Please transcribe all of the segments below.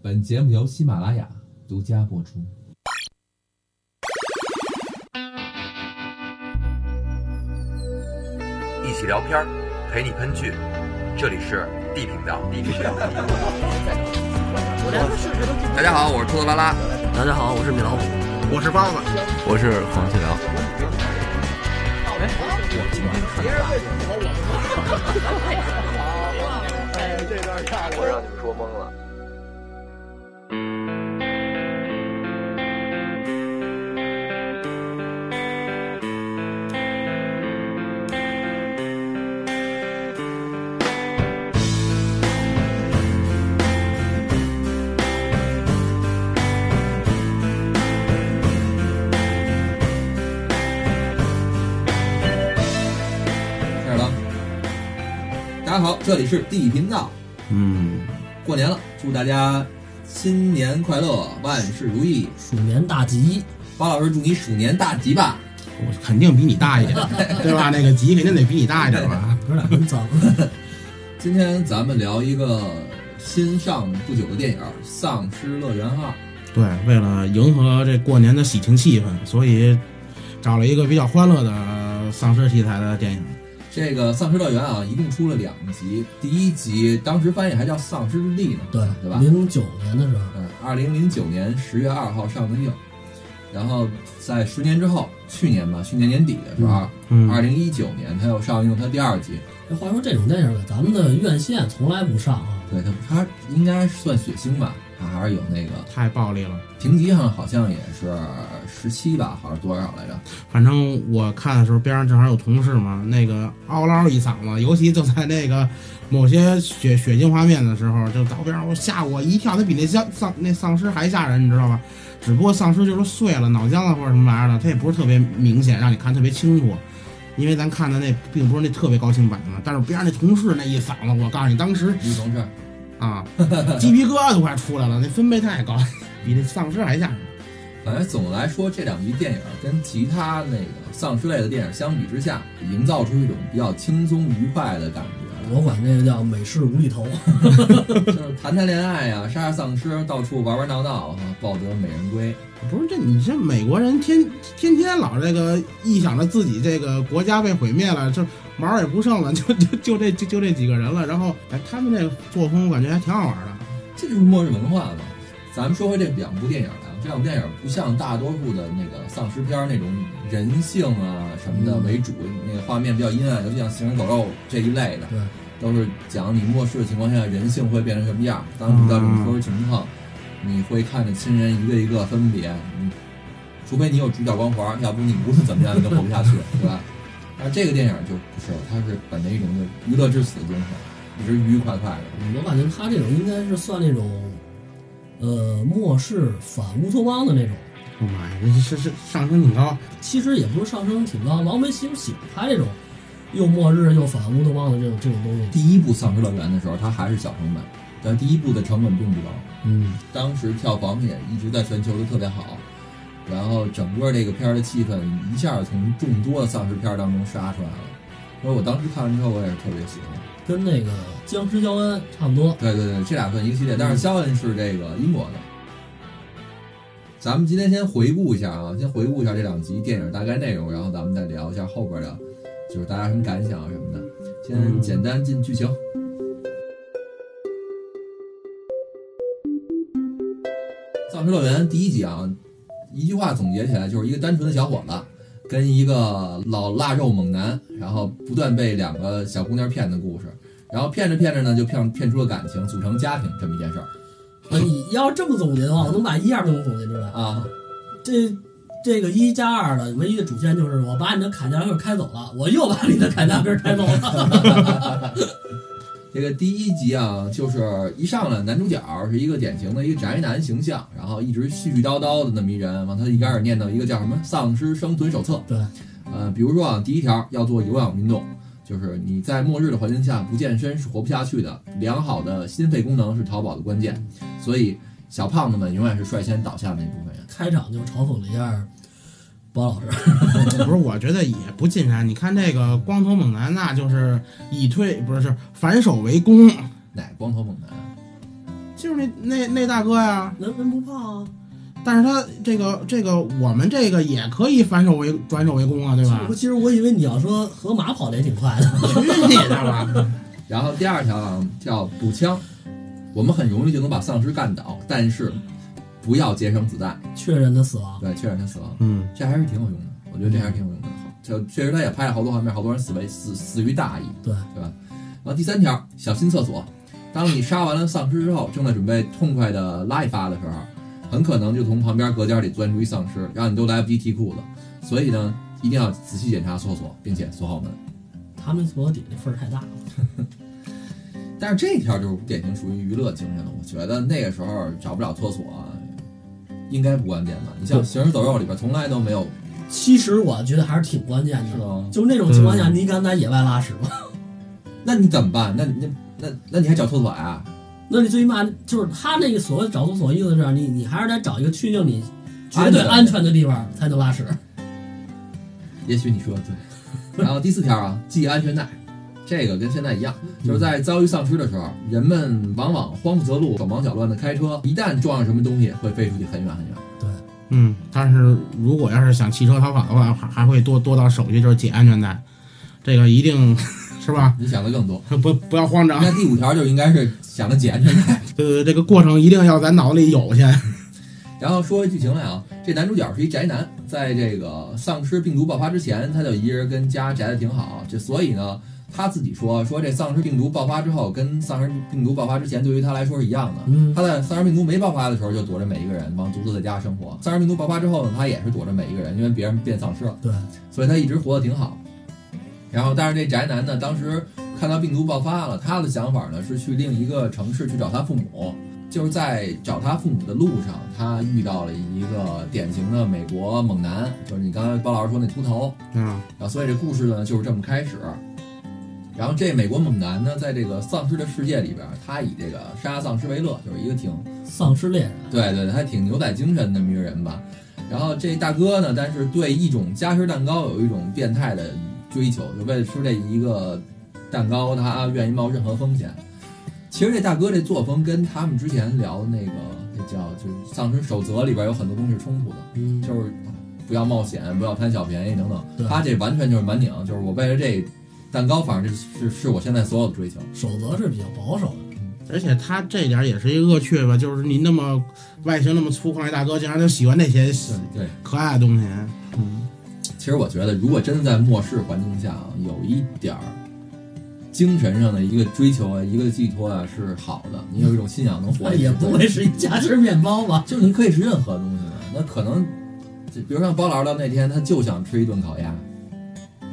本节目由喜马拉雅独家播出。一起聊片儿，陪你喷剧，这里是 D 频道。D 频道。大家好，我是兔子拉拉。大家好，我是米老虎。我是包子，我是黄旭辽，我让你们说懵了。开始了，大家好，这里是地频道。嗯，过年了，祝大家新年快乐，万事如意。鼠年大吉，包老师，祝你鼠年大吉吧！我肯定比你大一点，对吧？那个级肯定得比你大一点吧？哥俩 真脏。今天咱们聊一个新上不久的电影《丧尸乐园二对，为了迎合这过年的喜庆气氛，所以找了一个比较欢乐的丧尸题材的电影。》。这个《丧尸乐园》啊，一共出了两集。第一集当时翻译还叫《丧尸之地》呢，对，对吧？零九年的时候，嗯，二零零九年十月二号上的映，然后在十年之后，去年吧，去年年底的时候，啊嗯二零一九年它又上映它第二集，这哎话说这种电影在咱们的院线从来不上啊。对它它应该算血腥吧，它还是有那个太暴力了。评级上好像也是十七吧，还是多少来着？反正我看的时候，边上正好有同事嘛，那个嗷唠一嗓子，尤其就在那个某些血血腥画面的时候，就到边上我吓我一跳，他比那丧丧那丧尸还吓人，你知道吧？只不过丧尸就是碎了脑浆了或者什么玩意儿的，它也不是特别明显，让你看特别清楚。因为咱看的那并不是那特别高清版的嘛，但是边上那同事那一嗓子，我告诉你，当时一同事，啊，鸡皮疙瘩都快出来了，那分贝太高， 比那丧尸还吓人。反正总的来说，这两集电影跟其他那个丧尸类的电影相比之下，营造出一种比较轻松愉快的感觉我管这个叫美式无厘头， 了， 就是谈谈恋爱呀、杀杀丧尸，到处玩玩闹闹，啊抱得美人归。不是这你这美国人天天天老这个一想着自己这个国家被毁灭了，就毛儿也不剩了，就就就这就就这几个人了。然后哎，他们这个作风我感觉还挺好玩的。这就是末日文化嘛。咱们说回这两部电影啊，这两部电影不像大多数的那个丧尸片儿那种人性啊什么的嗯为主，那个画面比较阴暗，尤其像《行尸走肉》这一类的，对，都是讲你末世的情况下人性会变成什么样。当遇到这种特殊情况，你会看着亲人一个一个分别，你除非你有主角光环，要不你无论怎么样你都活不下去，对吧？但这个电影就不是，它是本着一种就娱乐至死的精神，一直愉愉快快的。我感觉他这种应该是算那种，呃，末世反乌托邦的那种。我哦妈呀，这是是上升挺高。其实也不是上升挺高，王菲其实喜欢拍这种又末日又反乌托邦的这种这种东西。第一部《丧尸乐园》的时候，它还是小成本，但第一部的成本并不高，嗯，当时票房也一直在全球都特别好，然后整个这个片儿的气氛一下从众多的丧尸片儿当中杀出来了。所以我当时看完之后，我也是特别喜欢。跟那个《僵尸肖恩》差不多。对对对，这俩算一个系列，但是肖恩是这个英国的。咱们今天先回顾一下啊，先回顾一下这两集电影大概内容，然后咱们再聊一下后边的，就是大家什么感想啊什么的。先简单进剧情，《丧尸乐园》第一集啊，一句话总结起来就是一个单纯的小伙子跟一个老腊肉猛男，然后不断被两个小姑娘骗的故事。然后骗着骗着呢，就骗骗出了感情，组成家庭这么一件事儿啊，你要这么总结的话，我能把一二都能总结出来。啊。这这个一加二的唯一的主线就是我把你的凯迪拉克开走了，我又把你的凯迪拉克开走了。这个第一集啊，就是一上来男主角是一个典型的一个宅男形象，然后一直絮絮叨叨的那么一人，往他一开始念叨一个叫什么《丧尸生存手册》。 对，呃，比如说啊，第一条要做有氧运动，就是你在末日的环境下不健身是活不下去的，良好的心肺功能是逃跑的关键，所以小胖子们永远是率先倒下的那部分人。开场就嘲讽了一下包老师， 不是，我觉得也不尽然。你看这个光头猛男，那就是以退不是是反手为攻，哪光头猛男啊？就是那那那大哥呀。能人不胖啊，但是他这个这个我们这个也可以反手围转手为攻啊，对吧我？其实我以为你要说河马跑得也挺快的，去你的吧！然后第二条啊叫补枪，我们很容易就能把丧尸干倒，但是不要节省子弹，确认他死亡。对，确认他死亡，嗯这还是挺有用的，我觉得这还是挺有用的。好，就确实他也拍了好多画面，好多人死为死死于大意，对，对吧？然后第三条，小心厕所。当你杀完了丧尸之后，正在准备痛快的拉一发的时候，很可能就从旁边隔间里钻出一丧尸，让你都来不及提裤子。所以呢，一定要仔细检查厕所，并且锁好门。他们那厕所底那缝儿太大了。但是这条就是典型属于娱乐精神了。我觉得那个时候找不了厕所，啊应该不关键吧？你像《行尸走肉》里边从来都没有，其实我觉得还是挺啊嗯关键是的，吗？就是那种情况下，你敢在野外拉屎吗？ 那你怎么办？那你那那那你还找厕所呀、那你最起码就是他那个所谓找厕所，意思是你你还是得找一个确定你绝对安全的地方才能拉屎。也许你说的对。然后第四条啊，系安全带，这个跟现在一样，就是在遭遇丧尸的时候，人们往往慌不择路、手忙脚乱的开车，一旦撞上什么东西，会飞出去很远很远。嗯，但是如果要是想弃车逃跑的话，还还会多多道手续，就是解安全带，这个一定 是吧？你想的更多。不不要慌张，那第五条就应该是想着系安全带。对对，这个过程一定要咱脑子里有先。然后说回剧情来啊，这男主角是一宅男，在这个丧尸病毒爆发之前，他就一人跟家宅的挺好。这所以呢，他自己说说这丧尸病毒爆发之后，跟丧尸病毒爆发之前对于他来说是一样的。嗯，他在丧尸病毒没爆发的时候，就躲着每一个人，忙独自在家生活。丧尸病毒爆发之后呢，他也是躲着每一个人，因为别人变丧尸了，对，所以他一直活得挺好。然后，但是这宅男呢，当时看到病毒爆发了，他的想法呢是去另一个城市去找他父母。就是在找他父母的路上，他遇到了一个典型的美国猛男，就是你刚才包老师说那秃头。啊，然后所以这故事呢就是这么开始。然后这美国猛男呢，在这个丧尸的世界里边，他以这个杀丧尸为乐，就是一个挺丧尸猎人，对对，对他挺牛仔精神的那么一个人吧。然后这大哥呢，但是对一种夹心蛋糕有一种变态的追求，就为了吃这一个蛋糕，他愿意冒任何风险。其实这大哥这作风跟他们之前聊的那个那叫就是《丧尸守则》里边有很多东西是冲突的，嗯，就是不要冒险，不要贪小便宜等对等。他这完全就是满拧，就是我为了这蛋糕，反正是是是我现在所有的追求。守则是比较保守的，而且他这点儿也是一个恶趣味，就是你那么外形那么粗犷的大哥，竟然就喜欢那些对对。可爱的东西。其实我觉得，如果真的在末世环境下啊，有一点儿精神上的一个追求啊，一个寄托啊，是好的。你有一种信仰能活那下去，啊 也不会是一夹心面包吧？就是你可以是任何东西的。那可能，就比如像包老师到那天，他就想吃一顿烤鸭，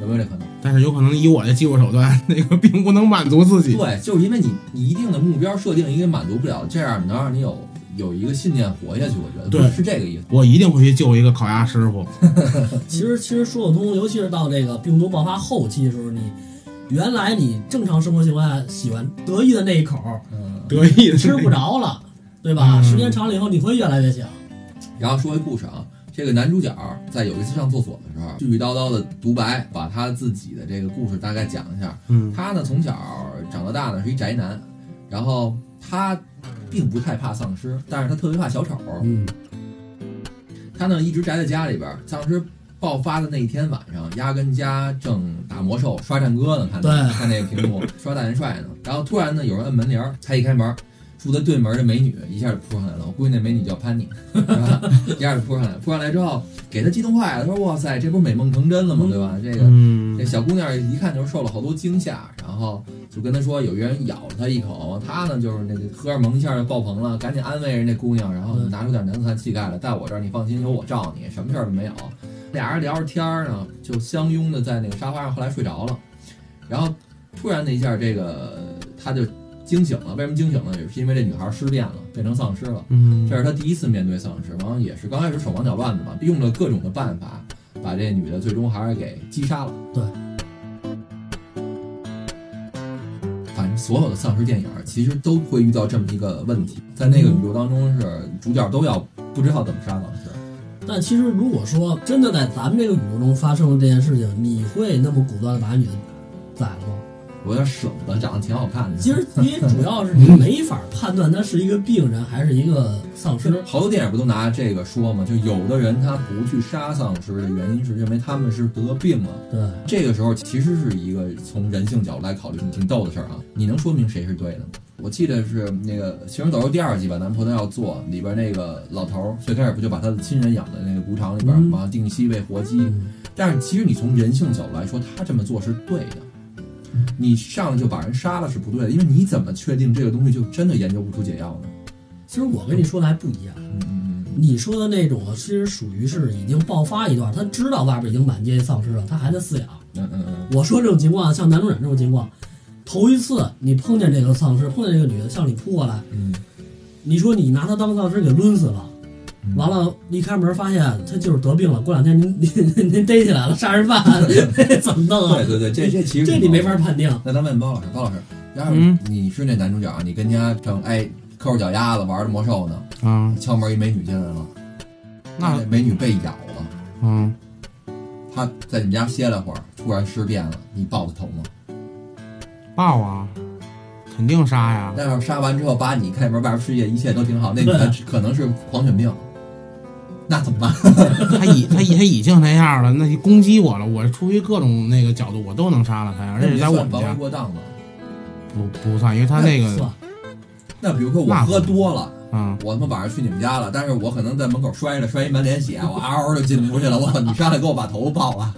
有没有这可能？但是有可能以我的技术手段，那个并不能满足自己。对，就是因为你你一定的目标设定应该满足不了，这样能让你有有一个信念活下去。我觉得对是这个意思。我一定会去救一个烤鸭师傅。其实其实说得通，尤其是到这个病毒爆发后期的时候，你原来你正常生活情况下喜欢得意的那一口儿嗯。得意的吃不着了，对吧？嗯时间长了以后，你会越来越想。然后说一故事啊，这个男主角在有一次上厕所的时候，絮絮叨叨的独白，把他自己的这个故事大概讲一下。嗯他呢从小长到大呢是一宅男，然后他并不太怕丧尸，但是他特别怕小丑。嗯，他呢一直宅在家里边儿，丧尸爆发的那一天晚上，压根家正打魔兽刷战歌呢，看对看那个屏幕刷大元帅 呢，然后突然呢有人摁门铃儿，他一开门儿。住在对门的美女一下就扑上来了，我估计那美女叫 潘妮，是吧？一下就扑上来，扑上来之后给他激动坏了，他说：“哇塞，这不是美梦成真了吗？对吧？ 这个这嗯小姑娘一看就是受了好多惊吓，然后就跟她说有一个人咬了她一口，她呢就是那个荷尔蒙一下就爆棚了，赶紧安慰人家姑娘，然后嗯拿出点男子汉气概来，在我这儿你放心，有我罩你，什么事儿都没有。俩人聊着天儿呢，就相拥的在那个沙发上，后来睡着了，然后突然那一下，这个她就惊醒了。为什么惊醒呢？也是因为这女孩失恋了，变成丧尸了。嗯这是他第一次面对丧尸，然后也是刚开始手忙脚乱的嘛，用了各种的办法，把这女的最终还是给击杀了。对，反正所有的丧尸电影儿其实都会遇到这么一个问题，在那个宇宙当中是主角都要不知道怎么杀丧尸。但其实如果说真的在咱们这个宇宙中发生了这件事情，你会那么果断的把女的宰了吗？我有点舍不得，长得挺好看的。其实因为主要是你没法判断他是一个病人还是一个丧尸。好多电影不都拿这个说吗？就有的人他不去杀丧尸的原因是认为他们是得病了。对，这个时候其实是一个从人性角度来考虑挺挺逗的事儿啊。你能说明谁是对的吗？我记得是那个《行尸走肉》第二季吧，南婆她要做里边那个老头儿，最开始不就把他的亲人养在那个谷场里边嗯嘛，定期喂活鸡。嗯但是其实你从人性角度来说，他这么做是对的。你上来就把人杀了是不对的，因为你怎么确定这个东西就真的研究不出解药呢？其实我跟你说的还不一样。嗯嗯嗯，你说的那种啊，其实属于是已经爆发一段，他知道外边已经满街丧尸了，他还在饲养。嗯嗯嗯，我说这种情况，像南中展这种情况，头一次你碰见这个丧尸，碰见这个女的向你扑过来，嗯，你说你拿她当丧尸给抡死了，嗯完了，一开门发现她就是得病了，过两天您您您您逮起来了，杀人犯， 怎么弄啊对？对对，这这其实这你没法判定。那咱问包老师，包老师，要是嗯你是那男主角啊，你跟家正哎抠着脚丫子玩着魔兽呢，啊，敲门一美女进来了，那美女被咬了，嗯，她在你们家歇了会儿，突然尸变了，你爆她头吗？爆啊，肯定杀呀，那要是杀完之后把你开门，外边世界一切都挺好，那女 的可能是狂犬病，那怎么办？他已他已他已经那样了，那你攻击我了，我出于各种那个角度我都能杀了他呀，而且是在我算们防家微过当吗？不不算，因为他那个 算 那比如说我那不喝多了。啊，我他妈晚上去你们家了，但是我可能在门口摔着，摔一满脸血，我嗷嗷就进屋去了。我操，你上来给我把头啊爆了！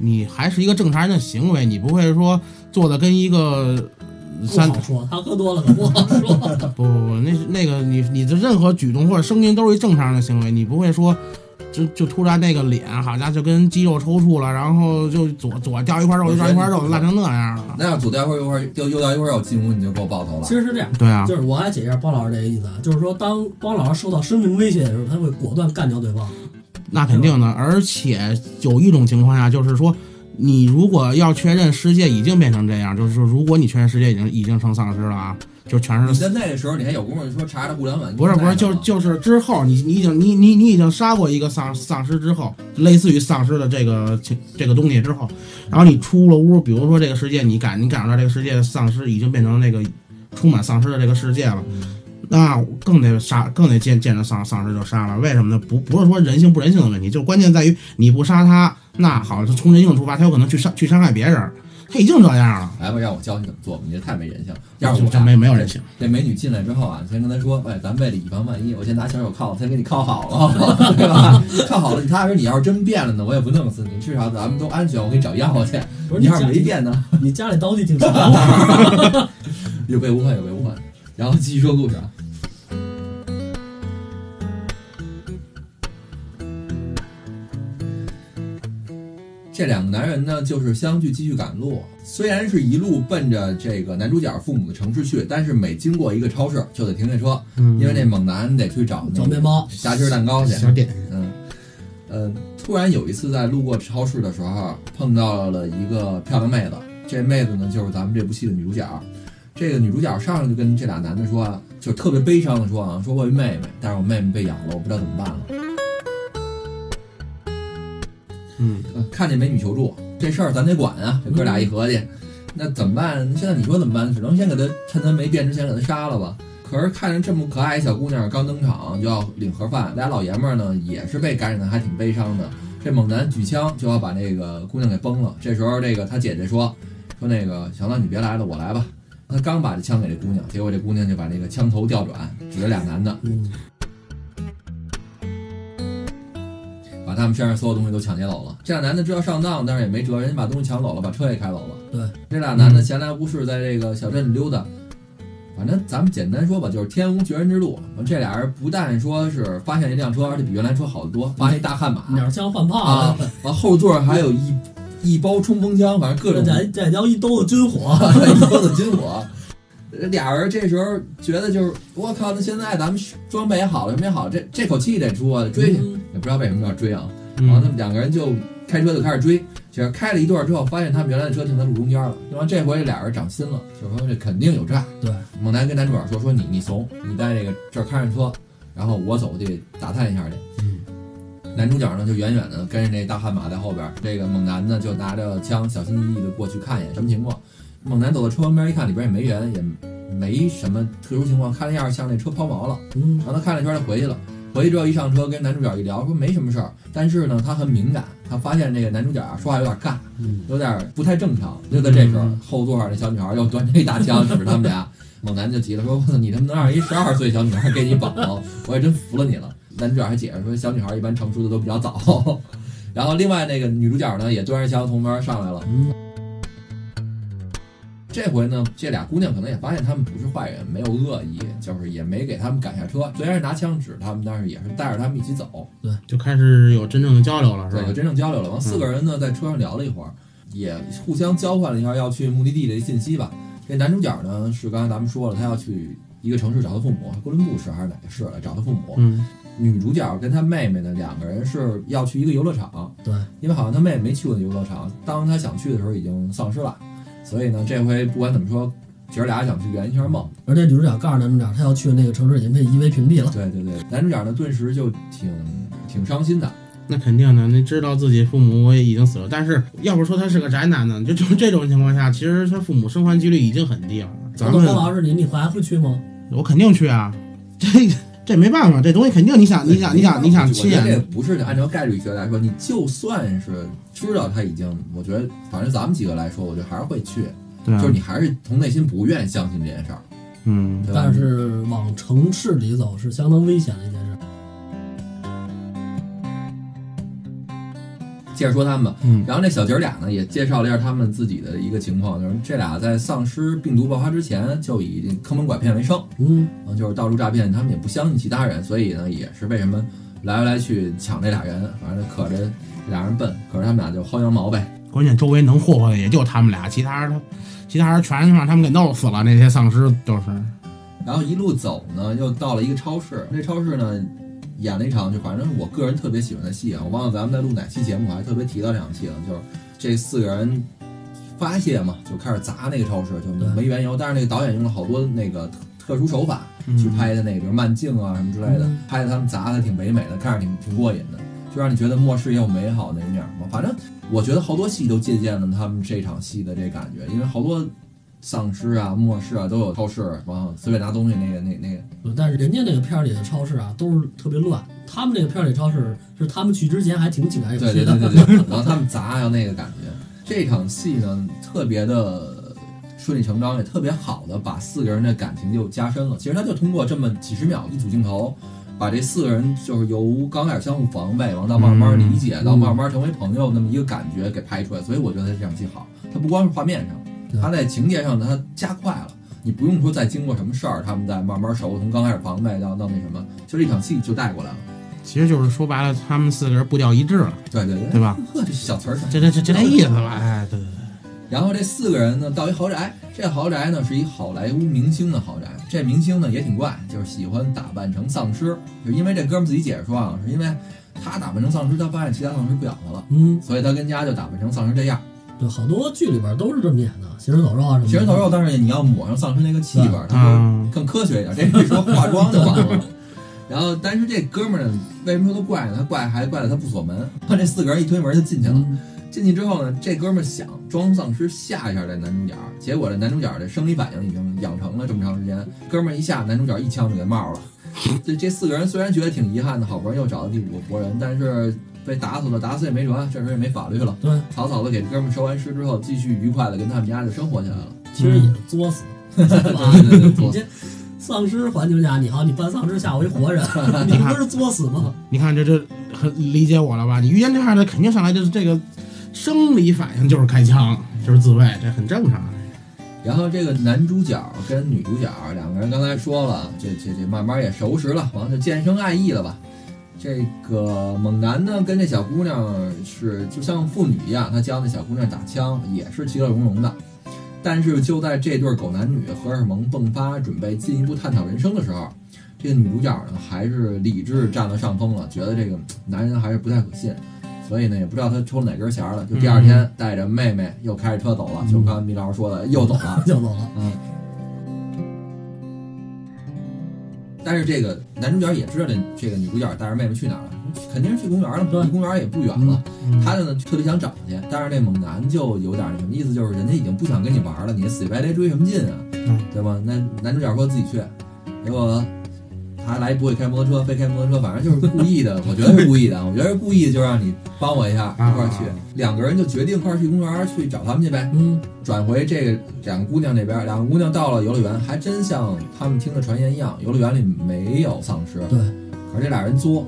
你还是一个正常人的行为，你不会说做的跟一个不三好说，他喝多了可不好说。 不不不，那是那个你你的任何举动或者声音都是一正常的行为，你不会说就就突然那个脸好家伙就跟肌肉抽搐了，然后就左左掉一块肉，右掉一块肉，烂成那样了。那要左掉一会儿，右块儿又右掉一会儿，我进屋你就给我爆头了其。实是这样，对啊，就是我来解释一下包老师这个意思啊，就是说当包老师受到生命威胁的时候，他会果断干掉 对方。那肯定的。而且有一种情况下，就是说，你如果要确认世界已经变成这样，就是说，如果你确认世界已经已经成丧尸了啊，就全你是在那个时候你还有功夫说查查互联网？不是不是，就是就是之后你你已经你你你已经杀过一个丧丧尸之后，类似于丧尸的这个情这个东西之后，然后你出了屋，比如说这个世界，你感你感受到这个世界的丧尸已经变成那个充满丧尸的这个世界了。那更得杀，更得见见着丧丧尸就杀了。为什么呢？不不是说人性不人性的问题，就是关键在于你不杀他，那好，从人性出发，他有可能去伤去伤害别人。他已经这样了，来吧，让我教你怎么做吧，你这太没人性了。要是就我这呀没没有人性。这美女进来之后啊，你先跟她说，哎，咱为了以防万一，我先拿小手铐先给你铐好了，哦 对吧？铐好了，你踏实。你要是真变了呢，我也不弄死你，至少咱们都安全。我给你找药去。不是你要是家没变呢，你家里刀具挺强的， 有备无患，有备无患。然后继续说故事啊，这两个男人呢，就是相聚继续赶路，虽然是一路奔着这个男主角父母的城市去，但是每经过一个超市就得停下车，嗯因为那猛男得去找那找面包夹心蛋糕去。小点嗯，呃，突然有一次在路过超市的时候，啊碰到了一个漂亮妹子。这妹子呢，就是咱们这部戏的女主角。这个女主角上来就跟这俩男的说啊，就特别悲伤的说啊，说我有一妹妹，但是我妹妹被咬了，我不知道怎么办了。嗯，呃看见美女求助，这事儿咱得管啊。这哥俩一合计，那怎么办？现在你说怎么办？只能先给她趁她没变之前给她杀了吧。可是看着这么可爱小姑娘刚登场就要领盒饭，俩老爷们儿呢也是被感染的，还挺悲伤的。这猛男举枪就要把那个姑娘给崩了。这时候这个他姐姐说说那个行了，你别来了，我来吧。他刚把这枪给这姑娘，结果这姑娘就把那个枪头调转，指着俩男的，嗯，把他们身上所有东西都抢劫走了。这俩男的知道上当，但是也没辙，人家把东西抢走了，把车也开走了。对，这俩男的嗯闲来无事，在这个小镇里溜达。反正咱们简单说吧，就是天无绝人之路。这俩人不但说是发现一辆车，而且比原来车好得多，发现一大悍马鸟枪换炮 啊，，完后座还有一一包冲锋枪，反正各这种这这叫一兜子军火。 一兜子军火。俩人这时候觉得就是我靠，那现在咱们装备也好了，什么也好，这这口气得出啊，得追去。嗯也不知道为什么要追啊，然后他嗯，们两个人就开车就开始追，就是开了一段之后，发现他们原来的车停在路中间了。然后这回俩人长心了，就说这肯定有诈。对，猛男跟男主角说：“说你你怂，你在这个这儿看着车，然后我走过去打探一下去。”男主角呢就远远的跟着这大悍马在后边，这个猛男呢就拿着枪小心翼翼的过去看一眼什么情况。猛男走到车旁边一看，里边也没人，也没什么特殊情况，看那样像那车抛锚了。嗯然后他看了一圈，他回去了。回去之后一上车，跟男主角一聊，说没什么事儿，但是呢，他很敏感，他发现这个男主角啊说话有点尬，嗯有点不太正常。就在这时候嗯，后座上那小女孩又端着一大枪指着他们俩，猛男就急了，说：“我操，你他妈能让一十二岁小女孩给你绑了，我也真服了你了。”男主角还解释说，小女孩一般成熟的都比较早。 然后另外那个女主角呢，也端着枪从边上来了。这回呢，这俩姑娘可能也发现他们不是坏人，没有恶意，就是也没给他们赶下车。虽然是拿枪指他们，但是也是带着他们一起走，就开始有真正的交流了，是对，就吧？真正交流了。完，四个人呢在车上聊了一会儿，也互相交换了一下要去目的地的信息吧。这男主角呢是刚才咱们说了，他要去一个城市找他父母，哥伦布市还是哪个市来找他父母。嗯女主角跟她妹妹呢两个人是要去一个游乐场，对，因为好像他妹妹没去过游乐场，当她想去的时候已经丧失了，所以呢，这回不管怎么说，姐儿俩想去圆一下 梦。而且女主角告诉男主角，她要去的那个城市已经被 EV 屏蔽了。对对对，男主角呢顿时就挺挺伤心的，那肯定的，那知道自己父母也已经死了，但是要不说他是个宅男呢，就就这种情况下，其实他父母生还几率已经很低了。咱我们老师，你你还会去吗？我肯定去啊，这这没办法，这东西肯定你想你想你想你想啊亲我觉得这眼，不是按照概率学来说，你就算是知道他已经，我觉得反正咱们几个来说，我觉得还是会去，对啊就是你还是从内心不愿意相信这件事儿，嗯，对吧但是往城市里走是相当危险的一件事。接着说他们吧。嗯然后那小姐儿俩呢，也介绍了一下他们自己的一个情况，就是这俩在丧尸病毒爆发之前就以坑蒙拐骗为生，嗯，嗯，就是到处诈骗，他们也不相信其他人，所以呢，也是为什么来来去抢这俩人，反正可着这俩人笨，可是他们俩就薅羊毛呗。关键周围能霍霍的也就他们俩，其他人他其他人全让他们给弄死了，那些丧尸都是，然后一路走呢，又到了一个超市，这超市呢。演了一场，就反正我个人特别喜欢的戏啊，我忘了咱们在录哪期节目，我还特别提到这场戏了，就是这四个人发泄嘛，就开始砸那个超市，就对没缘由。但是那个导演用了好多那个特特殊手法嗯去拍的那个慢镜啊什么之类的嗯，拍的他们砸的挺唯美的，看着挺挺过瘾的，就让你觉得末世也有美好的一面嘛。反正我觉得好多戏都借鉴了他们这场戏的这感觉，因为好多丧尸啊、末世啊都有超市，然后随便拿东西那个那那个但是人家那个片儿里的超市啊，都是特别乱。他们这个片儿里超市是他们去之前还挺井然有对对序的对。对对，然后他们砸有那个感觉。这场戏呢，特别的顺理成章，也特别好的把四个人的感情就加深了。其实他就通过这么几十秒一组镜头，把这四个人就是由刚开始相互防备，然后到慢慢理解，嗯到慢慢成为朋友那么一个感觉给拍出来。所以我觉得他这场戏好，他不光是画面对上，他在情节上呢，他加快了。你不用说再经过什么事儿，他们再慢慢熟，从刚开始防备到到那什么，就这场戏就带过来了。其实就是说白了，他们四个人步调一致了，对对对，对吧？呵，这小词儿这这这这意思吧？哎，对对对，然后这四个人呢，到一豪宅，这豪宅呢是一好莱坞明星的豪宅。这明星呢也挺怪，就是喜欢打扮成丧尸，就因为这哥们自己解释说啊，是因为他打扮成丧尸，他发现其他丧尸不咬他了，嗯，所以他跟家就打扮成丧尸这样。对，好多剧里边都是这么演的，行尸走肉啊什么的。其实头肉，但是你要抹上丧尸那个气味儿，他啊就，更科学一点。这是说化妆就完了。然后，但是这哥们儿呢，为什么说他怪呢？他怪还怪在他不锁门。他这四个人一推门，他进去了。嗯进去之后呢，这哥们儿想装丧尸吓一下这男主角，结果这男主角的生理反应已经养成了这么长时间，哥们儿一吓，男主角一枪就给冒了。这这四个人虽然觉得挺遗憾的，好不容易又找到第五个活人，但是被打死了，打死也没辙，这时候也没法律了。对，草草的给哥们儿收完尸之后，继续愉快的跟他们家就生活起来了。其实也是作 死，对吧？嗯啊对对对你作这丧尸环境下，你好，你扮丧尸吓我一 活人，你不是作死吗？ 你看这这很理解我了吧？你遇见这样的，肯定上来就是这个生理反应就是开枪，就是自卫，这很正常。然后这个男主角跟女主角两个人刚才说了，这这这慢慢也熟识了，完了就渐生爱意了吧。这个猛男呢，跟这小姑娘是就像父女一样，他教那小姑娘打枪，也是其乐融融的。但是就在这对狗男女荷尔蒙迸发，准备进一步探讨人生的时候，这个女主角呢还是理智占了上风了，觉得这个男人还是不太可信，所以呢也不知道他抽了哪根弦儿了。就第二天带着妹妹又开着车走嗯了，就刚才米 老师说的又走了。就走了。嗯，但是这个男主角也知道这这个女主角带着妹妹去哪儿了，肯定是去公园了，对离公园也不远了。嗯他呢特别想找去，但是这猛男就有点那什么意思，就是人家已经不想跟你玩了，你死乞白赖追什么劲啊，嗯对吧？那男主角说自己去，结果他来不会开摩托车，非开摩托车，反正就是故意的，我觉得是故意的，我觉得是故意就让你帮我一下一块儿去啊，两个人就决定一块儿去公园去找他们去呗。嗯，转回这个两个姑娘这边，两个姑娘到了游乐园，还真像他们听的传言一样，游乐园里没有丧尸。对，可是这俩人作，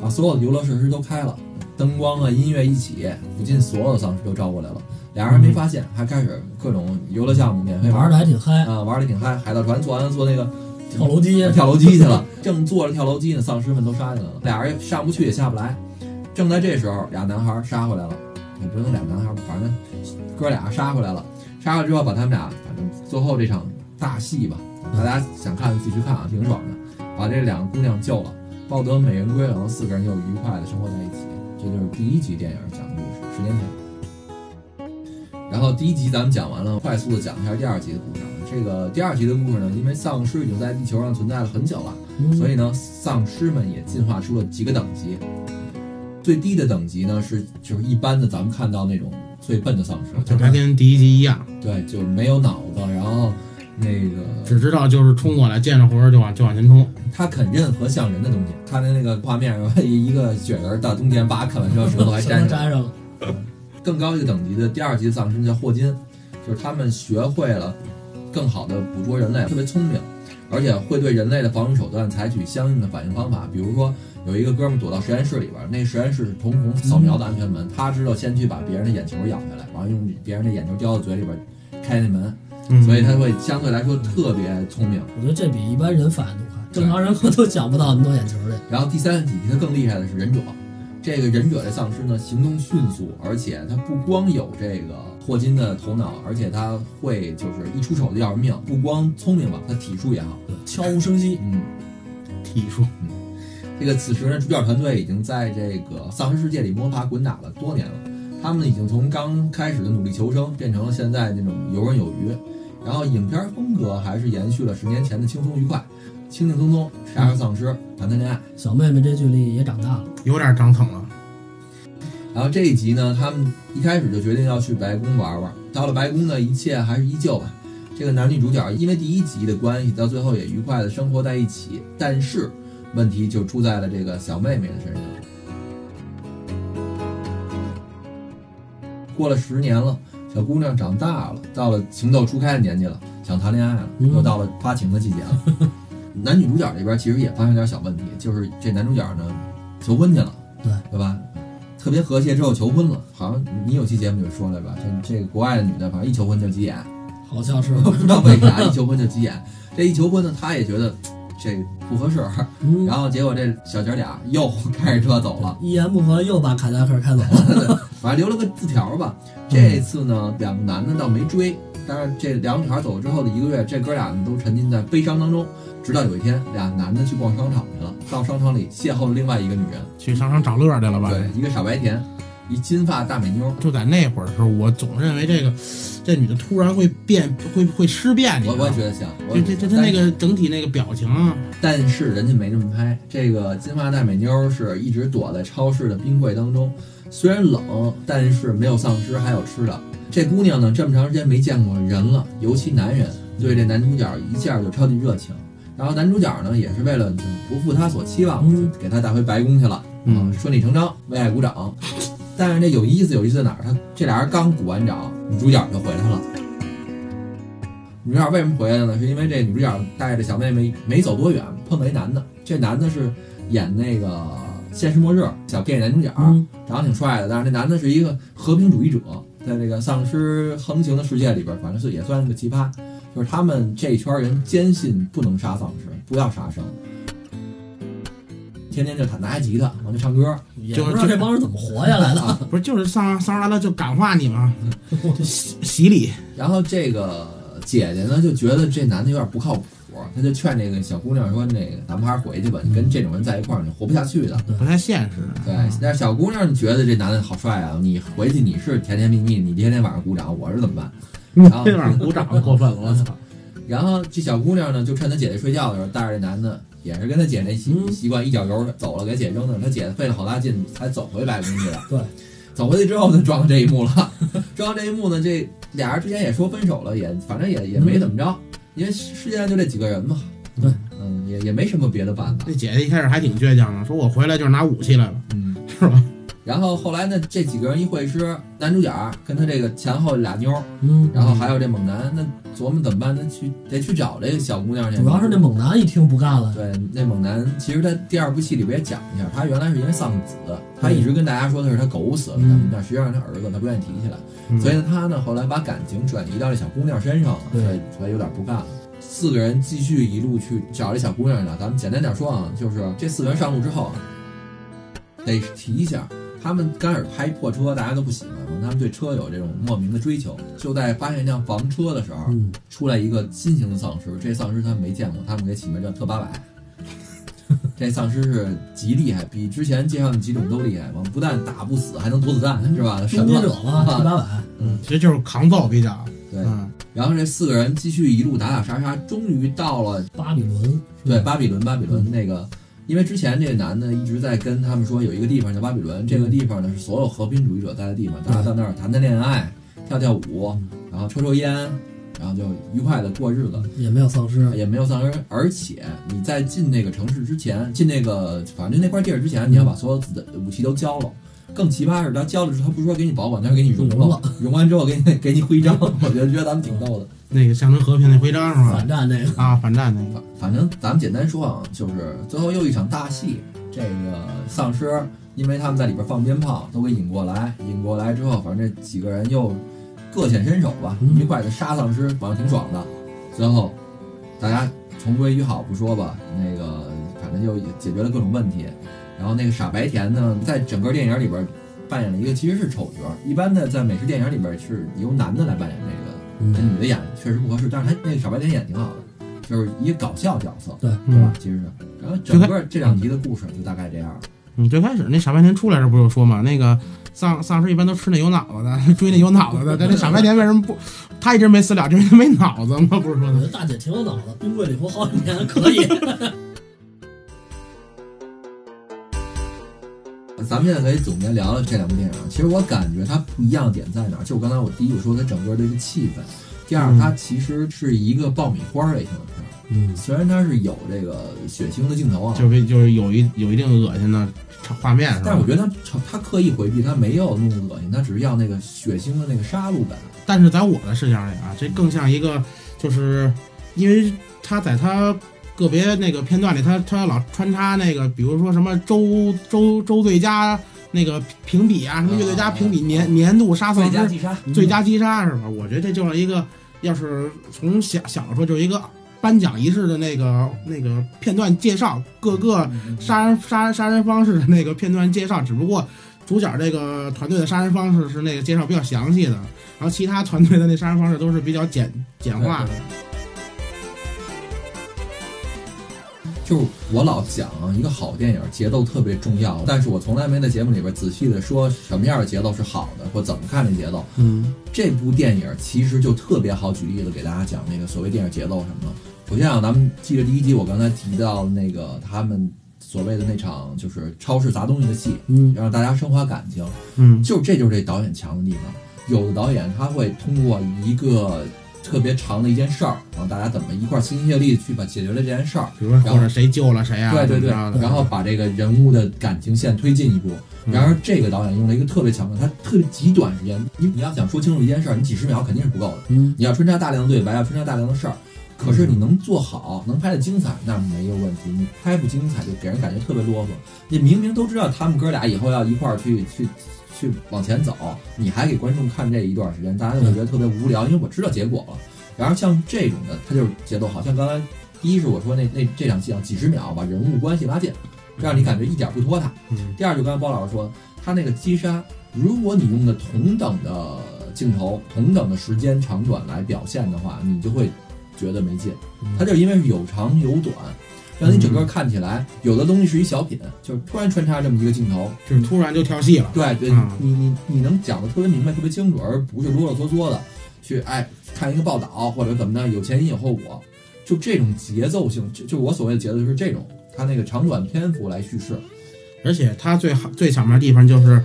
把所有的游乐设施都开了，灯光啊、音乐一起，附近所有的丧尸都招过来了。俩人没发现，还开始各种游乐项目免费嗯玩玩的还挺嗨，啊，玩的挺嗨，海盗船坐完坐那个跳楼机，跳楼机去了，正坐着跳楼机呢，丧尸们都杀进来了，俩人上不去也下不来。正在这时候，俩男孩杀回来了，也不能俩男孩吧，反正哥俩杀回来了。杀了之后，把他们俩，反正最后这场大戏吧，大家想看自己去看啊，挺爽的。把这两个姑娘救了，抱得美人归，然后四个人又愉快的生活在一起。这就是第一集电影讲的故事，十年前。然后第一集咱们讲完了，快速的讲一下第二集的故事。啊。这个第二集的故事呢，因为丧尸已经在地球上存在了很久了， 嗯 所以呢，丧尸们也进化出了几个等级。最低的等级呢是就是一般的咱们看到那种最笨的丧尸，就还跟第一集一样，对，就没有脑子，然后那个只知道就是冲过来，见着活人就往就往前冲。他啃任何像人的东西。看见那个画面， 一个雪人到中间叭啃完之后舌头还全粘上，都粘上了，更高一个等级的第二级丧尸叫霍金，就是他们学会了更好的捕捉人类，特别聪明，而且会对人类的防御手段采取相应的反应方法。比如说，有一个哥们躲到实验室里边，那实验室是瞳孔扫描的安全门，他知道先去把别人的眼球咬下来，然后用别人的眼球叼到嘴里边开那门，嗯所以他会相对来说特别聪明。我觉得这比一般人反应都快，正常人可能都想不到那么多眼球的，然后第三级它更厉害的是忍者，这个忍者的丧尸呢行动迅速，而且它不光有这个霍金的头脑，而且它会就是一出手就要人命，不光聪明吧，它体术也好。对悄无声息，嗯，体术，这个此时呢，主角团队已经在这个丧尸世界里摸爬滚打了多年了，他们已经从刚开始的努力求生变成了现在那种游刃有余，然后影片风格还是延续了十年前的轻松愉快，轻轻松松杀杀丧尸，谈谈恋爱。小妹妹这距离也长大了，有点长疼了。然后这一集呢，他们一开始就决定要去白宫玩玩。到了白宫呢，一切还是依旧吧。这个男女主角因为第一集的关系，到最后也愉快的生活在一起。但是问题就出在了这个小妹妹的身上。过了十年了，小姑娘长大了，到了情窦初开的年纪了，想谈恋爱了，嗯又到了发情的季节了。男女主角这边其实也发生点小问题，就是这男主角呢求婚去了，对对吧？特别和谐之后求婚了，好像你有期节目就说了吧，这这个国外的女的，反正一求婚就急眼， 好像是，不知道为啥一求婚就急眼。这一求婚呢，她也觉得嘖这不合适，嗯，然后结果这小姐俩又开着车走了，一言不合又把凯迪拉克开走了，反正留了个字条吧。嗯这次呢，两个男的倒没追，但是这两个女孩走了之后的一个月，这哥俩呢都沉浸在悲伤当中。直到有一天，俩男的去逛商场去了，到商场里邂逅了另外一个女人，去商场找乐去了吧？对，一个傻白甜，一金发大美妞。就在那会儿的时候，我总认为这个这女的突然会变，会会尸变，你我知道我也吗觉？得像，我哎这这这她那个整体那个表情，但是人家没这么拍。这个金发大美妞是一直躲在超市的冰柜当中，虽然冷，但是没有丧尸，还有吃的。这姑娘呢，这么长时间没见过人了，尤其男人，对这男主角一下就超级热情。然后男主角呢，也是为了就是不负他所期望，嗯给他带回白宫去了，嗯顺理成章，为爱鼓掌。但是这有意思，有意思在哪儿？他这俩人刚鼓完掌，女主角就回来了。女主角为什么回来呢？是因为这女主角带着小妹妹没走多远，碰到一男的。这男的是演那个《现实末日》小 gay 男主角，嗯，长得挺帅的，但是这男的是一个和平主义者，在这个丧尸横行的世界里边，反正是也算是个奇葩。就是他们这一圈人坚信不能杀丧尸，不要杀生，天天就弹拿吉他，完了唱歌，也就不知道就这帮人怎么活下来啊 的，不是就是丧丧尸来了就感化你吗？就洗洗礼，然后这个姐姐呢就觉得这男的有点不靠谱，她就劝这个小姑娘说：“那个咱们还是回去吧，你跟这种人在一块儿你活不下去的。”不太现实。对，但是小姑娘觉得这男的好帅啊，你回去你是甜甜蜜蜜，你天天晚上鼓掌，我是怎么办？嗯然后这晚上鼓掌过分了，我操！然后这小姑娘呢，就趁她姐姐睡觉的时候，带着这男的也是跟他姐那习嗯习惯，一脚油走了，给姐扔那儿，他姐费了好大劲才走回百公里的。对，走回去之后呢，撞到这一幕了。 撞到这一幕呢，这俩人之前也说分手了，也反正也也没怎么着，因为世世界上就这几个人嘛。嗯对，嗯，也也没什么别的办法那。姐姐一开始还挺倔强的，说我回来就是拿武器来了，嗯， 是吧？然后后来呢，这几个人一会师，男主角跟他这个前后俩妞儿，嗯，然后还有这猛男，那琢磨怎么办？那去得去找这个小姑娘去。主要是那猛男一听不干了，对，那猛男其实他第二部戏里边也讲一下，他原来是因为丧子，他一直跟大家说的是他狗死了，嗯但实际上是他儿子，他不愿意提起来，嗯所以呢，他呢后来把感情转移到这小姑娘身上了，所对以所以有点不干了。四个人继续一路去找这小姑娘呢，咱们简单点说啊，就是这四个人上路之后啊，得提一下，他们刚开始拍破车，大家都不喜欢，他们对车有这种莫名的追求。就在发现一辆房车的时候，嗯，出来一个新型的丧尸，这丧尸他们没见过，他们给起名叫特八百。这丧尸是极厉害，比之前介绍的几种都厉害。我们不但打不死，还能躲子弹，是吧？神终结了啊者嘛，第八版，其实就是扛揍比较，对。嗯，然后这四个人继续一路打打杀杀，终于到了巴比伦，对巴比伦，巴比伦那个。因为之前这个男的一直在跟他们说有一个地方叫巴比伦，这个地方呢是所有和平主义者待的地方，大家到那儿谈谈恋爱、跳跳舞，然后抽抽烟，然后就愉快的过日子。也没有丧尸，也没有丧尸，而且你在进那个城市之前，进那个反正那块地儿之前，你要把所有的武器都交了。更奇葩的是，他交了之后，他不是说给你保管，他是给你融融了，融完之后给你给你徽章。我觉得觉得咱们挺逗的。那个象征和平那徽章是吧反？战那个，啊，反战那个，反反正咱们简单说啊，就是最后又一场大戏，这个丧尸因为他们在里边放鞭炮，都给引过来，引过来之后，反正这几个人又各显身手吧，嗯愉快的杀丧尸，反正挺爽的。最后大家重归于好不说吧，那个反正又解决了各种问题。然后那个傻白甜呢，在整个电影里边扮演了一个其实是丑角，一般的在美式电影里边是由男的来扮演这个那嗯，女的演确实不合适，但是她那个小白脸演挺好的，就是一个搞笑角色，对，对吧嗯？其实是，然后整个这两集的故事就大概这样。你嗯最开始那傻白甜出来时候不就说嘛，那个丧丧尸一般都吃那有脑子的， 追那有脑子的，但这傻白甜为什么不？他一直没死了，就因为他没脑子嘛，不是说我的觉得大姐挺有脑子，冰柜里活好几年可以，咱们现在可以总结聊聊这两部电影。其实我感觉它不一样的点在哪儿？就我刚才我第一我说它整个的这个气氛，第二嗯它其实是一个爆米花类型的片儿，嗯，虽然它是有这个血腥的镜头啊， 就是就是有一有一定恶心的画面是吧？但是我觉得它它刻意回避，它没有那么恶心，它只是要那个血腥的那个杀戮感。但是在我的视角里啊，这更像一个，就是因为他在他个别那个片段里，他他老穿插那个，比如说什么周周周最佳那个评比啊，什么乐队家评比啊年年度杀最丧佳嗯尸击杀，最佳击杀是吧？我觉得这就是一个，要是从小小的说，就是一个颁奖仪式的那个那个片段介绍，各个杀人杀人杀人方式的那个片段介绍，只不过主角这个团队的杀人方式是那个介绍比较详细的，然后其他团队的那杀人方式都是比较简简化的。就是我老讲一个好电影节奏特别重要，但是我从来没在节目里边仔细的说什么样的节奏是好的，或怎么看这节奏。嗯这部电影其实就特别好举例子给大家讲那个所谓电影节奏什么的。首先啊，咱们记得第一集我刚才提到那个他们所谓的那场就是超市砸东西的戏，嗯，让大家升华感情，嗯就这就是这导演强的地方。有的导演他会通过一个特别长的一件事儿，然后大家怎么一块儿齐心协力去把解决了这件事儿。比如说然或后者谁救了谁啊，对对对，怎么着的然后把这个人物的感情线推进一步。嗯然而，这个导演用了一个特别强的，他特别极短时间，你你要想说清楚一件事儿，你几十秒肯定是不够的。嗯，你要穿插大量的对白，要穿插大量的事儿。可是你能做好，能拍得精彩，那没有问题。你拍不精彩，就给人感觉特别啰嗦。你明明都知道他们哥俩以后要一块儿去去去往前走，你还给观众看这一段时间，大家就会觉得特别无聊，因为我知道结果了。然而像这种的，它就是节奏好，像刚才第一是我说那那这场戏啊，几十秒把人物关系拉近，让你感觉一点不拖沓。嗯第二就刚才包老师说，他那个击杀，如果你用的同等的镜头、同等的时间长短来表现的话，你就会觉得没劲。它就是因为是有长有短，让你整个看起来有的东西是一小品，就是突然穿插这么一个镜头，就是突然就跳戏了。对对，嗯你你你能讲的特别明白、特别清楚，而不是啰啰嗦嗦的去哎看一个报道或者怎么的，有前因有后果。就这种节奏性，就就我所谓的节奏就是这种，它那个长短篇幅来叙事。而且他最好最巧妙的地方就是，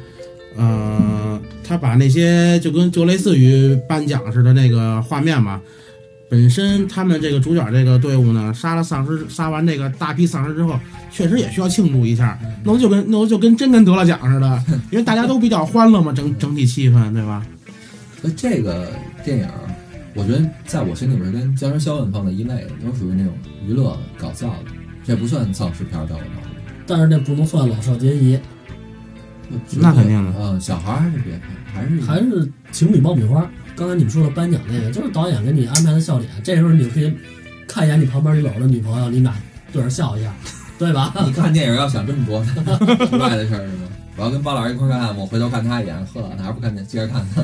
呃，他把那些就跟就类似于颁奖似的那个画面嘛，本身他们这个主角这个队伍呢，杀了丧尸，杀完这个大批丧尸之后，确实也需要庆祝一下，那不就跟那不就跟真跟得了奖似的，因为大家都比较欢乐嘛，整整体气氛对吧？所以这个电影儿，我觉得在我心里边儿跟《僵尸肖恩》放在一类的，都属于那种娱乐的、搞笑的，这不算丧尸片儿，在我脑里。但是那不能算老少皆宜，就那肯定的嗯，小孩儿还是别看，还是还是情侣爆米花。刚才你们说的颁奖那个，就是导演给你安排的笑点，这时候你就可以看一眼你旁边一搂的女朋友，你俩对着笑一下，对吧？你看电影要想这么多之外的事 儿是吗？我要跟包老师一块儿看，我回头看他一眼，呵，哪儿不看见接着看他。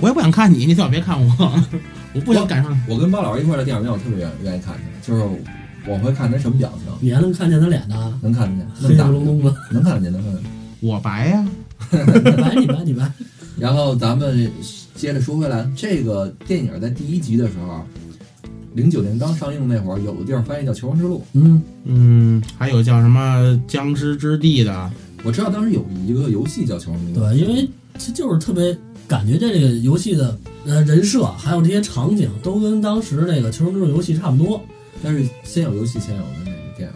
我也不想看你，你最好别看我，我不想赶上。我跟包老师一块儿在电影院，我特别愿愿意看他，就是我会看他什么表情，你还能看见他脸呢，能看得见，那黑么不大隆咚的。能看得见，能看得见。我白呀、你白你白你白，然后咱们接着说回来，这个电影在第一集的时候，啊零九年刚上映那会儿，有个地儿翻译叫《求生之路》，嗯，嗯，还有叫什么僵尸之地的，我知道当时有一个游戏叫《求生之路》，对，因为这就是特别感觉这个游戏的呃人设，还有这些场景都跟当时那个《求生之路》游戏差不多。但是先有游戏，先有的那个电影。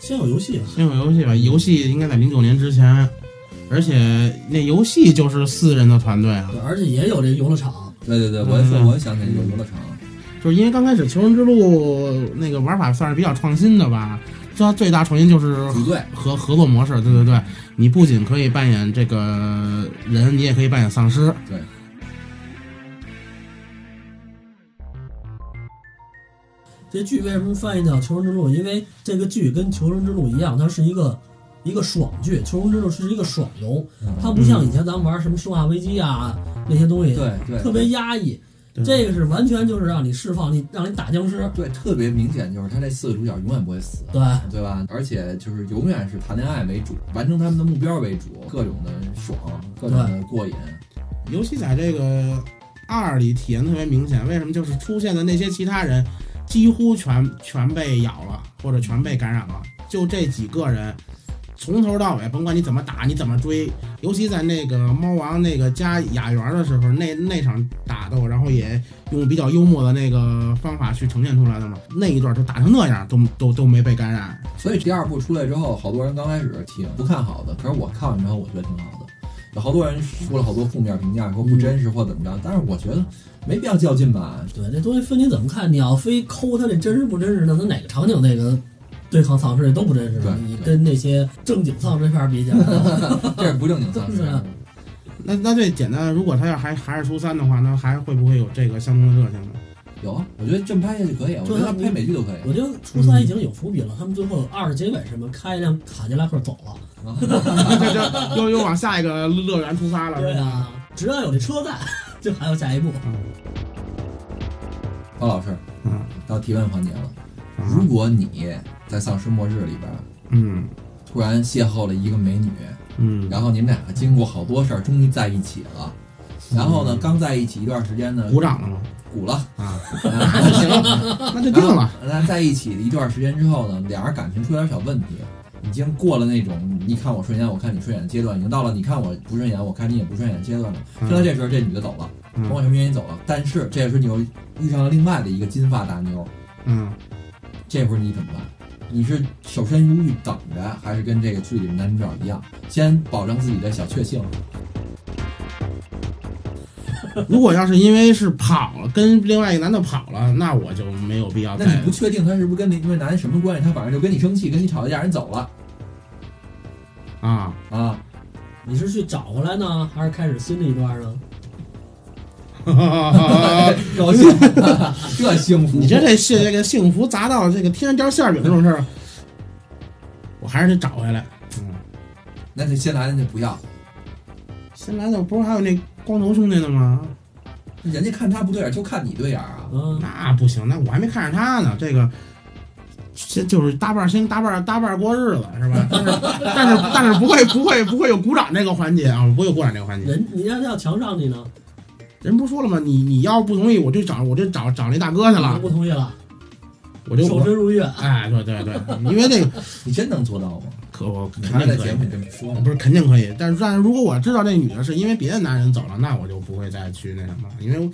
先有游戏吧，先有游戏吧，游戏应该在零九年之前，而且那游戏就是四人的团队啊，对而且也有这个游乐场，对对对，我也嗯我也想起来有游乐场，就是因为刚开始《求生之路》那个玩法算是比较创新的吧，它最大创新就是组队。合合作模式，对对对，你不仅可以扮演这个人，你也可以扮演丧尸，对。这剧为什么翻译叫《求生之路》？因为这个剧跟《求生之路》一样，它是一个一个爽剧，《求生之路》是一个爽游，嗯它不像以前咱们玩什么《生化危机》啊那些东西，对对，特别压抑。对这个是完全就是让你释放，你让你打僵尸，对特别明显，就是他这四个主角永远不会死，对，对吧？而且就是永远是谈恋爱为主，完成他们的目标为主，各种的爽，各种的过瘾。尤其在这个二里体验特别明显，为什么？就是出现的那些其他人几乎全全被咬了，或者全被感染了，就这几个人。从头到尾，甭管你怎么打，你怎么追，尤其在那个猫王那个加雅园的时候，那那场打斗，然后也用比较幽默的那个方法去呈现出来的嘛，那一段就打成那样，都都都没被感染。所以第二部出来之后，好多人刚开始挺不看好的，可是我看完之后，我觉得挺好的。有好多人说了好多负面评价，说嗯不真实或怎么着，但是我觉得没必要较劲 吧。对，这东西分你怎么看。你要非抠它这真实不真实的，那哪个场景那个对抗丧尸这都不真实对。你跟那些正经丧尸片儿 比起来，这是不正经丧尸是啊，那那最简单的，如果他要还还是出三的话，那还会不会有这个相同的热情呢？ 有啊，我觉得这么拍下去可以，啊我觉得拍美剧都可以。我觉得初三已经有伏笔了。他们最后二十结尾什么开一辆卡迪拉克走了。这这啊又又往下一个乐园出发了，对是吧？啊，只要有这车在，就还有下一步。高老师，嗯到提问环节了，如啊果你在丧尸末日里边嗯突然邂逅了一个美女，嗯然后你们俩经过好多事儿，终于在一起了。然后呢，刚在一起一段时间呢，嗯鼓掌了吗？鼓了，啊，啊那行，那就定了。。那在一起一段时间之后呢，俩人感情出点小问题，已经过了那种你看我顺眼，我看你顺眼的阶段，已经到了你看我不顺眼，我看你也不顺眼的阶段了。嗯现在这时候，这女的走了，甭管嗯什么原因走了，但是这时候你又遇上了另外的一个金发大妞，嗯，这会儿你怎么办？你是守身如玉等着，还是跟这个剧里的男主角一样，先保证自己的小确幸？如果要是因为是跑了，跟另外一个男的跑了，那我就没有必要那再。你不确定他是不是跟那位男什么关系，他反正就跟你生气，跟你吵一架，人走了啊， 啊。 你是去找回来呢，还是开始新的一段呢？ 高兴，这幸福！你这这幸这个幸福砸到这个天上掉馅儿饼这种事儿，我还是得找回来。嗯，那就先来的就不要，新来的不是还有那光头兄弟呢吗？人家看他不对眼，就看你对眼啊。嗯，那不行，那我还没看上他呢。这个，先就是搭伴儿，先搭伴儿搭伴儿过日子是吧？但是但是但是不会不会不会有鼓掌这个环节啊，不会有鼓掌这个环节。人你要要强上你呢，啊人不说了吗？你你要不同意，我就找我就找找那大哥去你了不。同意了，我就守我身如玉。哎，对对对，因为这个你真能做到吗？可我你肯刚才在定可节以目，里这么说不是肯定可以，但是但是如果我知道这女的是因为别的男人走了，那我就不会再去那什么了，因为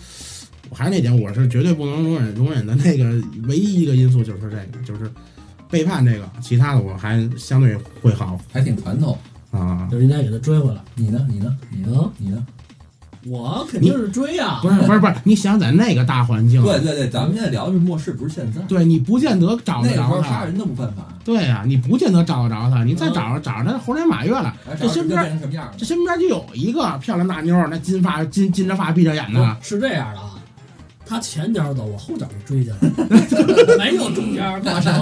我还是那点，我是绝对不能容忍容忍的那个唯一一个因素就是这个，就是背叛这个，其他的我还相对会好还挺传统。啊。就是应该给他追回来。你呢？你呢？你呢嗯？你呢？我肯定是追啊呀、不是不是不是，你想在那个大环境，对对对，咱们现在聊的是末世，不是现在。对你不见得找那得时候嗯着杀他。人都不犯法，对呀、你不见得找得着他，你再找着找着他猴年马月了，还这杀身哎人就变成边什么样了？这身边就有一个漂亮大妞儿，那金发金金着发闭着眼哦的，是这样的啊，他前脚走，我后脚就追去了，没有中间过程，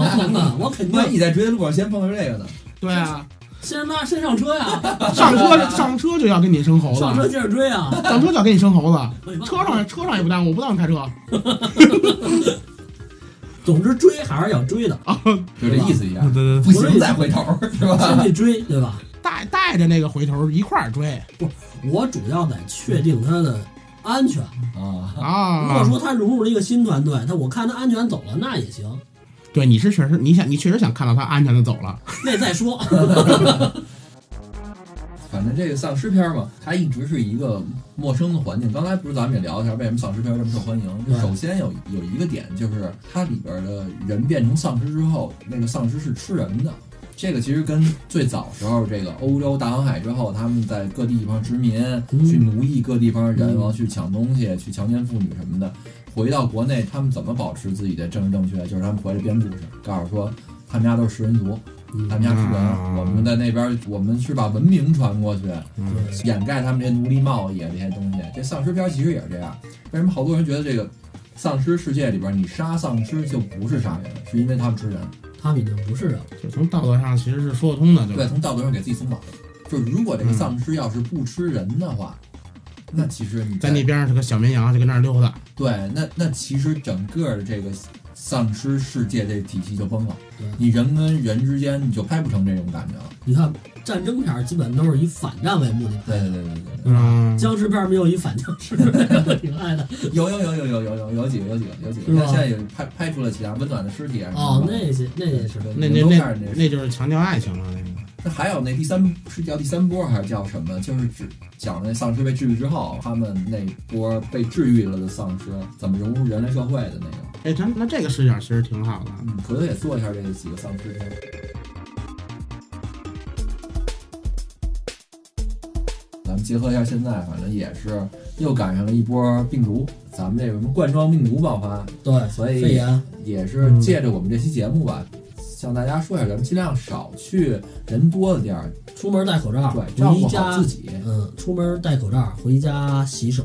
我肯定万一你在追的路上先碰到这个呢？对啊，先妈先上车呀、上车上车就要跟你生猴上车子，接着追啊，上车就要跟你生猴子，我说车上车上也不耽误，我不耽误开车啊总之追还是要追的，啊，就这意思一样，对对，不行再回头是先吧？去追，对吧？带带着那个回头一块儿追我主要得确定他的安全。啊，如果啊。说他融入了一个新团队，他我看他安全走了，那也行，对，你是确实你想你确实想看到他安全的走了，那再说。反正这个丧尸片嘛，它一直是一个陌生的环境。刚才不是咱们也聊一下为什么丧尸片这么受欢迎？就对首先有有一个点，就是它里边的人变成丧尸之后，那个丧尸是吃人的。这个其实跟最早时候这个欧洲大航海之后，他们在各地方殖民，嗯去奴役各地方人，嗯然后去抢东西，去强奸妇女什么的。回到国内，他们怎么保持自己的政治正确？就是他们回来编故事，告诉说他们家都是食人族，他们家吃人，嗯我们在那边，我们是把文明传过去，对掩盖他们这些奴隶贸易啊这些东西。这丧尸片其实也是这样，为什么好多人觉得这个丧尸世界里边，你杀丧尸就不是杀人，是因为他们吃人？他们已经不是人了，就从道德上其实是说得通的，对对，吧？从道德上给自己松绑。就如果这个丧尸要是不吃人的话，那其实你在那边是个小绵羊，就跟那儿溜达，对，那那其实整个的这个丧尸世界这体系就崩了对，你人跟人之间你就拍不成这种感觉了。你看战争片儿基本都是以反战为目的对拍的对，对对对对，嗯，僵尸片儿没有以反僵尸为目的拍的。有有有有有有有有几个有几个有几个，是吧那现在也拍拍出了其他温暖的尸体啊什么哦，的。那些那也是，对那你那们都那看着这那就是强调爱情了，那个那还有那第三是叫第三波还是叫什么？就是指讲那丧尸被治愈之后，他们那波被治愈了的丧尸怎么融入人类社会的那个。哎，咱那这个视角其实挺好的，嗯，回头也做一下这几个丧尸片。咱们结合一下现在，反正也是又赶上了一波病毒，咱们这个什么冠状病毒爆发，对，所以肺炎也嗯是借着我们这期节目吧，向大家说一下，咱们尽量少去人多的地儿，出门戴口罩，对，照回顾家好自己。嗯，出门戴口罩，回家洗手。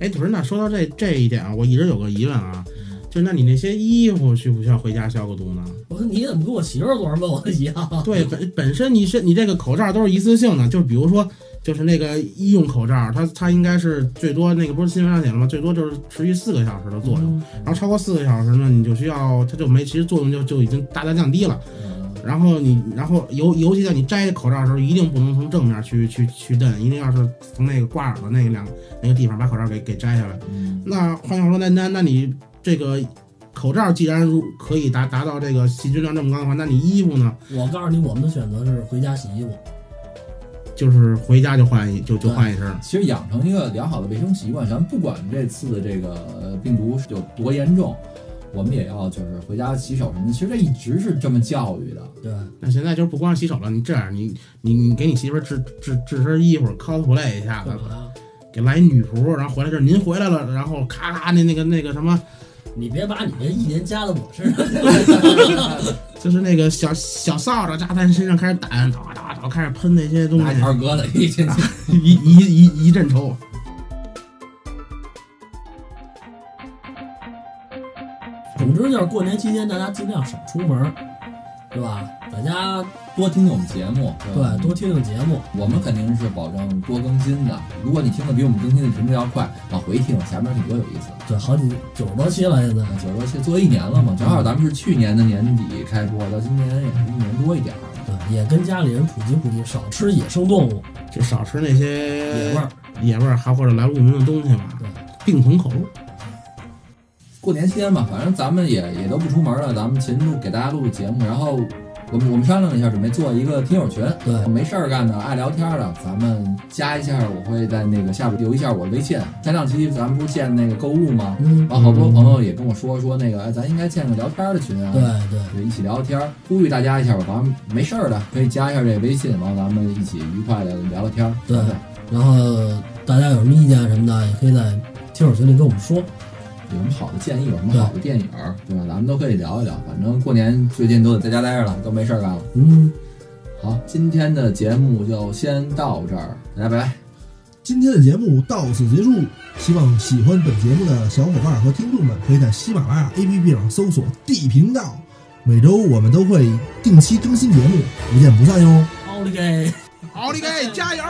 哎，不是，那说到这这一点啊，我一直有个疑问啊，嗯就那你那些衣服需不需要回家消个毒呢？我说你怎么跟我媳妇儿昨儿问我的一 样？对，本本身你是你这个口罩都是一次性的，就比如说就是那个医用口罩，它它应该是最多那个不是新闻上写了吗？最多就是持续四个小时的作嗯嗯用，然后超过四个小时呢，你就需要它就没，其实作用就就已经大大降低了。嗯，然后你，然后尤尤其在你摘口罩的时候，一定不能从正面去去去蹬，一定要是从那个挂耳的那两那个地方把口罩给给摘下来。嗯那换句话说，那那那你这个口罩既然如可以达达到这个细菌量这么高的话，那你衣服呢，我告诉你，我们的选择是回家洗衣服。就是回家就换一就就换一身。其实养成一个良好的卫生习惯，咱们不管这次的这个呃病毒是有多严重，我们也要就是回家洗手什么的。其实这一直是这么教育 的，对，那现在就是不光洗手了，你这样，你你你给你媳妇儿制制制身衣服 cosplay 一下子干，嘛呀？给来一女仆，然后回来就是您回来了，然后咔咔那那个那个什么，你别把你这意见加到我身上。 就是那个小小扫帚扎在身上开始掸，哒哒哒开始喷那些东 拿西，条疙瘩一进去。一一一一阵抽。总之就是过年期间，大家尽量少出门，对吧？在家 多听听我们节目，吧对多听听节目，我们肯定是保证多更新的。如果你听的比我们更新的频率要快，往回听，前面挺多有意思的。对，好几九十多期了，现在九十多期做一年了嘛，正好咱们是去年的年底开播，到今年也是一年多一点儿。对，也跟家里人普及普及，少吃野生动物、就少吃那些野味儿。野味儿，还或者来路不明的东西吧对。病从口入，过年期间吧，反正咱们也也都不出门了，咱们勤录给大家录个节目，然后我们我们商量了一下，准备做一个听友群，对没事儿干的爱聊天的，咱们加一下，我会在那个下边留一下我的微信。前两期咱们不是建那个购物吗？嗯，然后好多朋友也跟我说说那个，哎，咱应该建个聊天的群啊，对就对，一起聊聊天儿，呼吁大家一下吧，咱们没事儿的可以加一下这微信，然后咱们一起愉快的聊聊天儿。对然后大家有什么意见什么的，也可以在听友群里跟我们说。有什么好的建议，有什么好的电影儿，对吧？咱们都可以聊一聊。反正过年最近都得在家待着了，都没事儿干了。嗯，好，今天的节目就先到这儿，大家拜拜。今天的节目到此结束，希望喜欢本节目的小伙伴和听众们可以在喜马拉雅 APP 上搜索 “D 频道”，每周我们都会定期更新节目，不见不散哟。奥利给！奥利给，加油！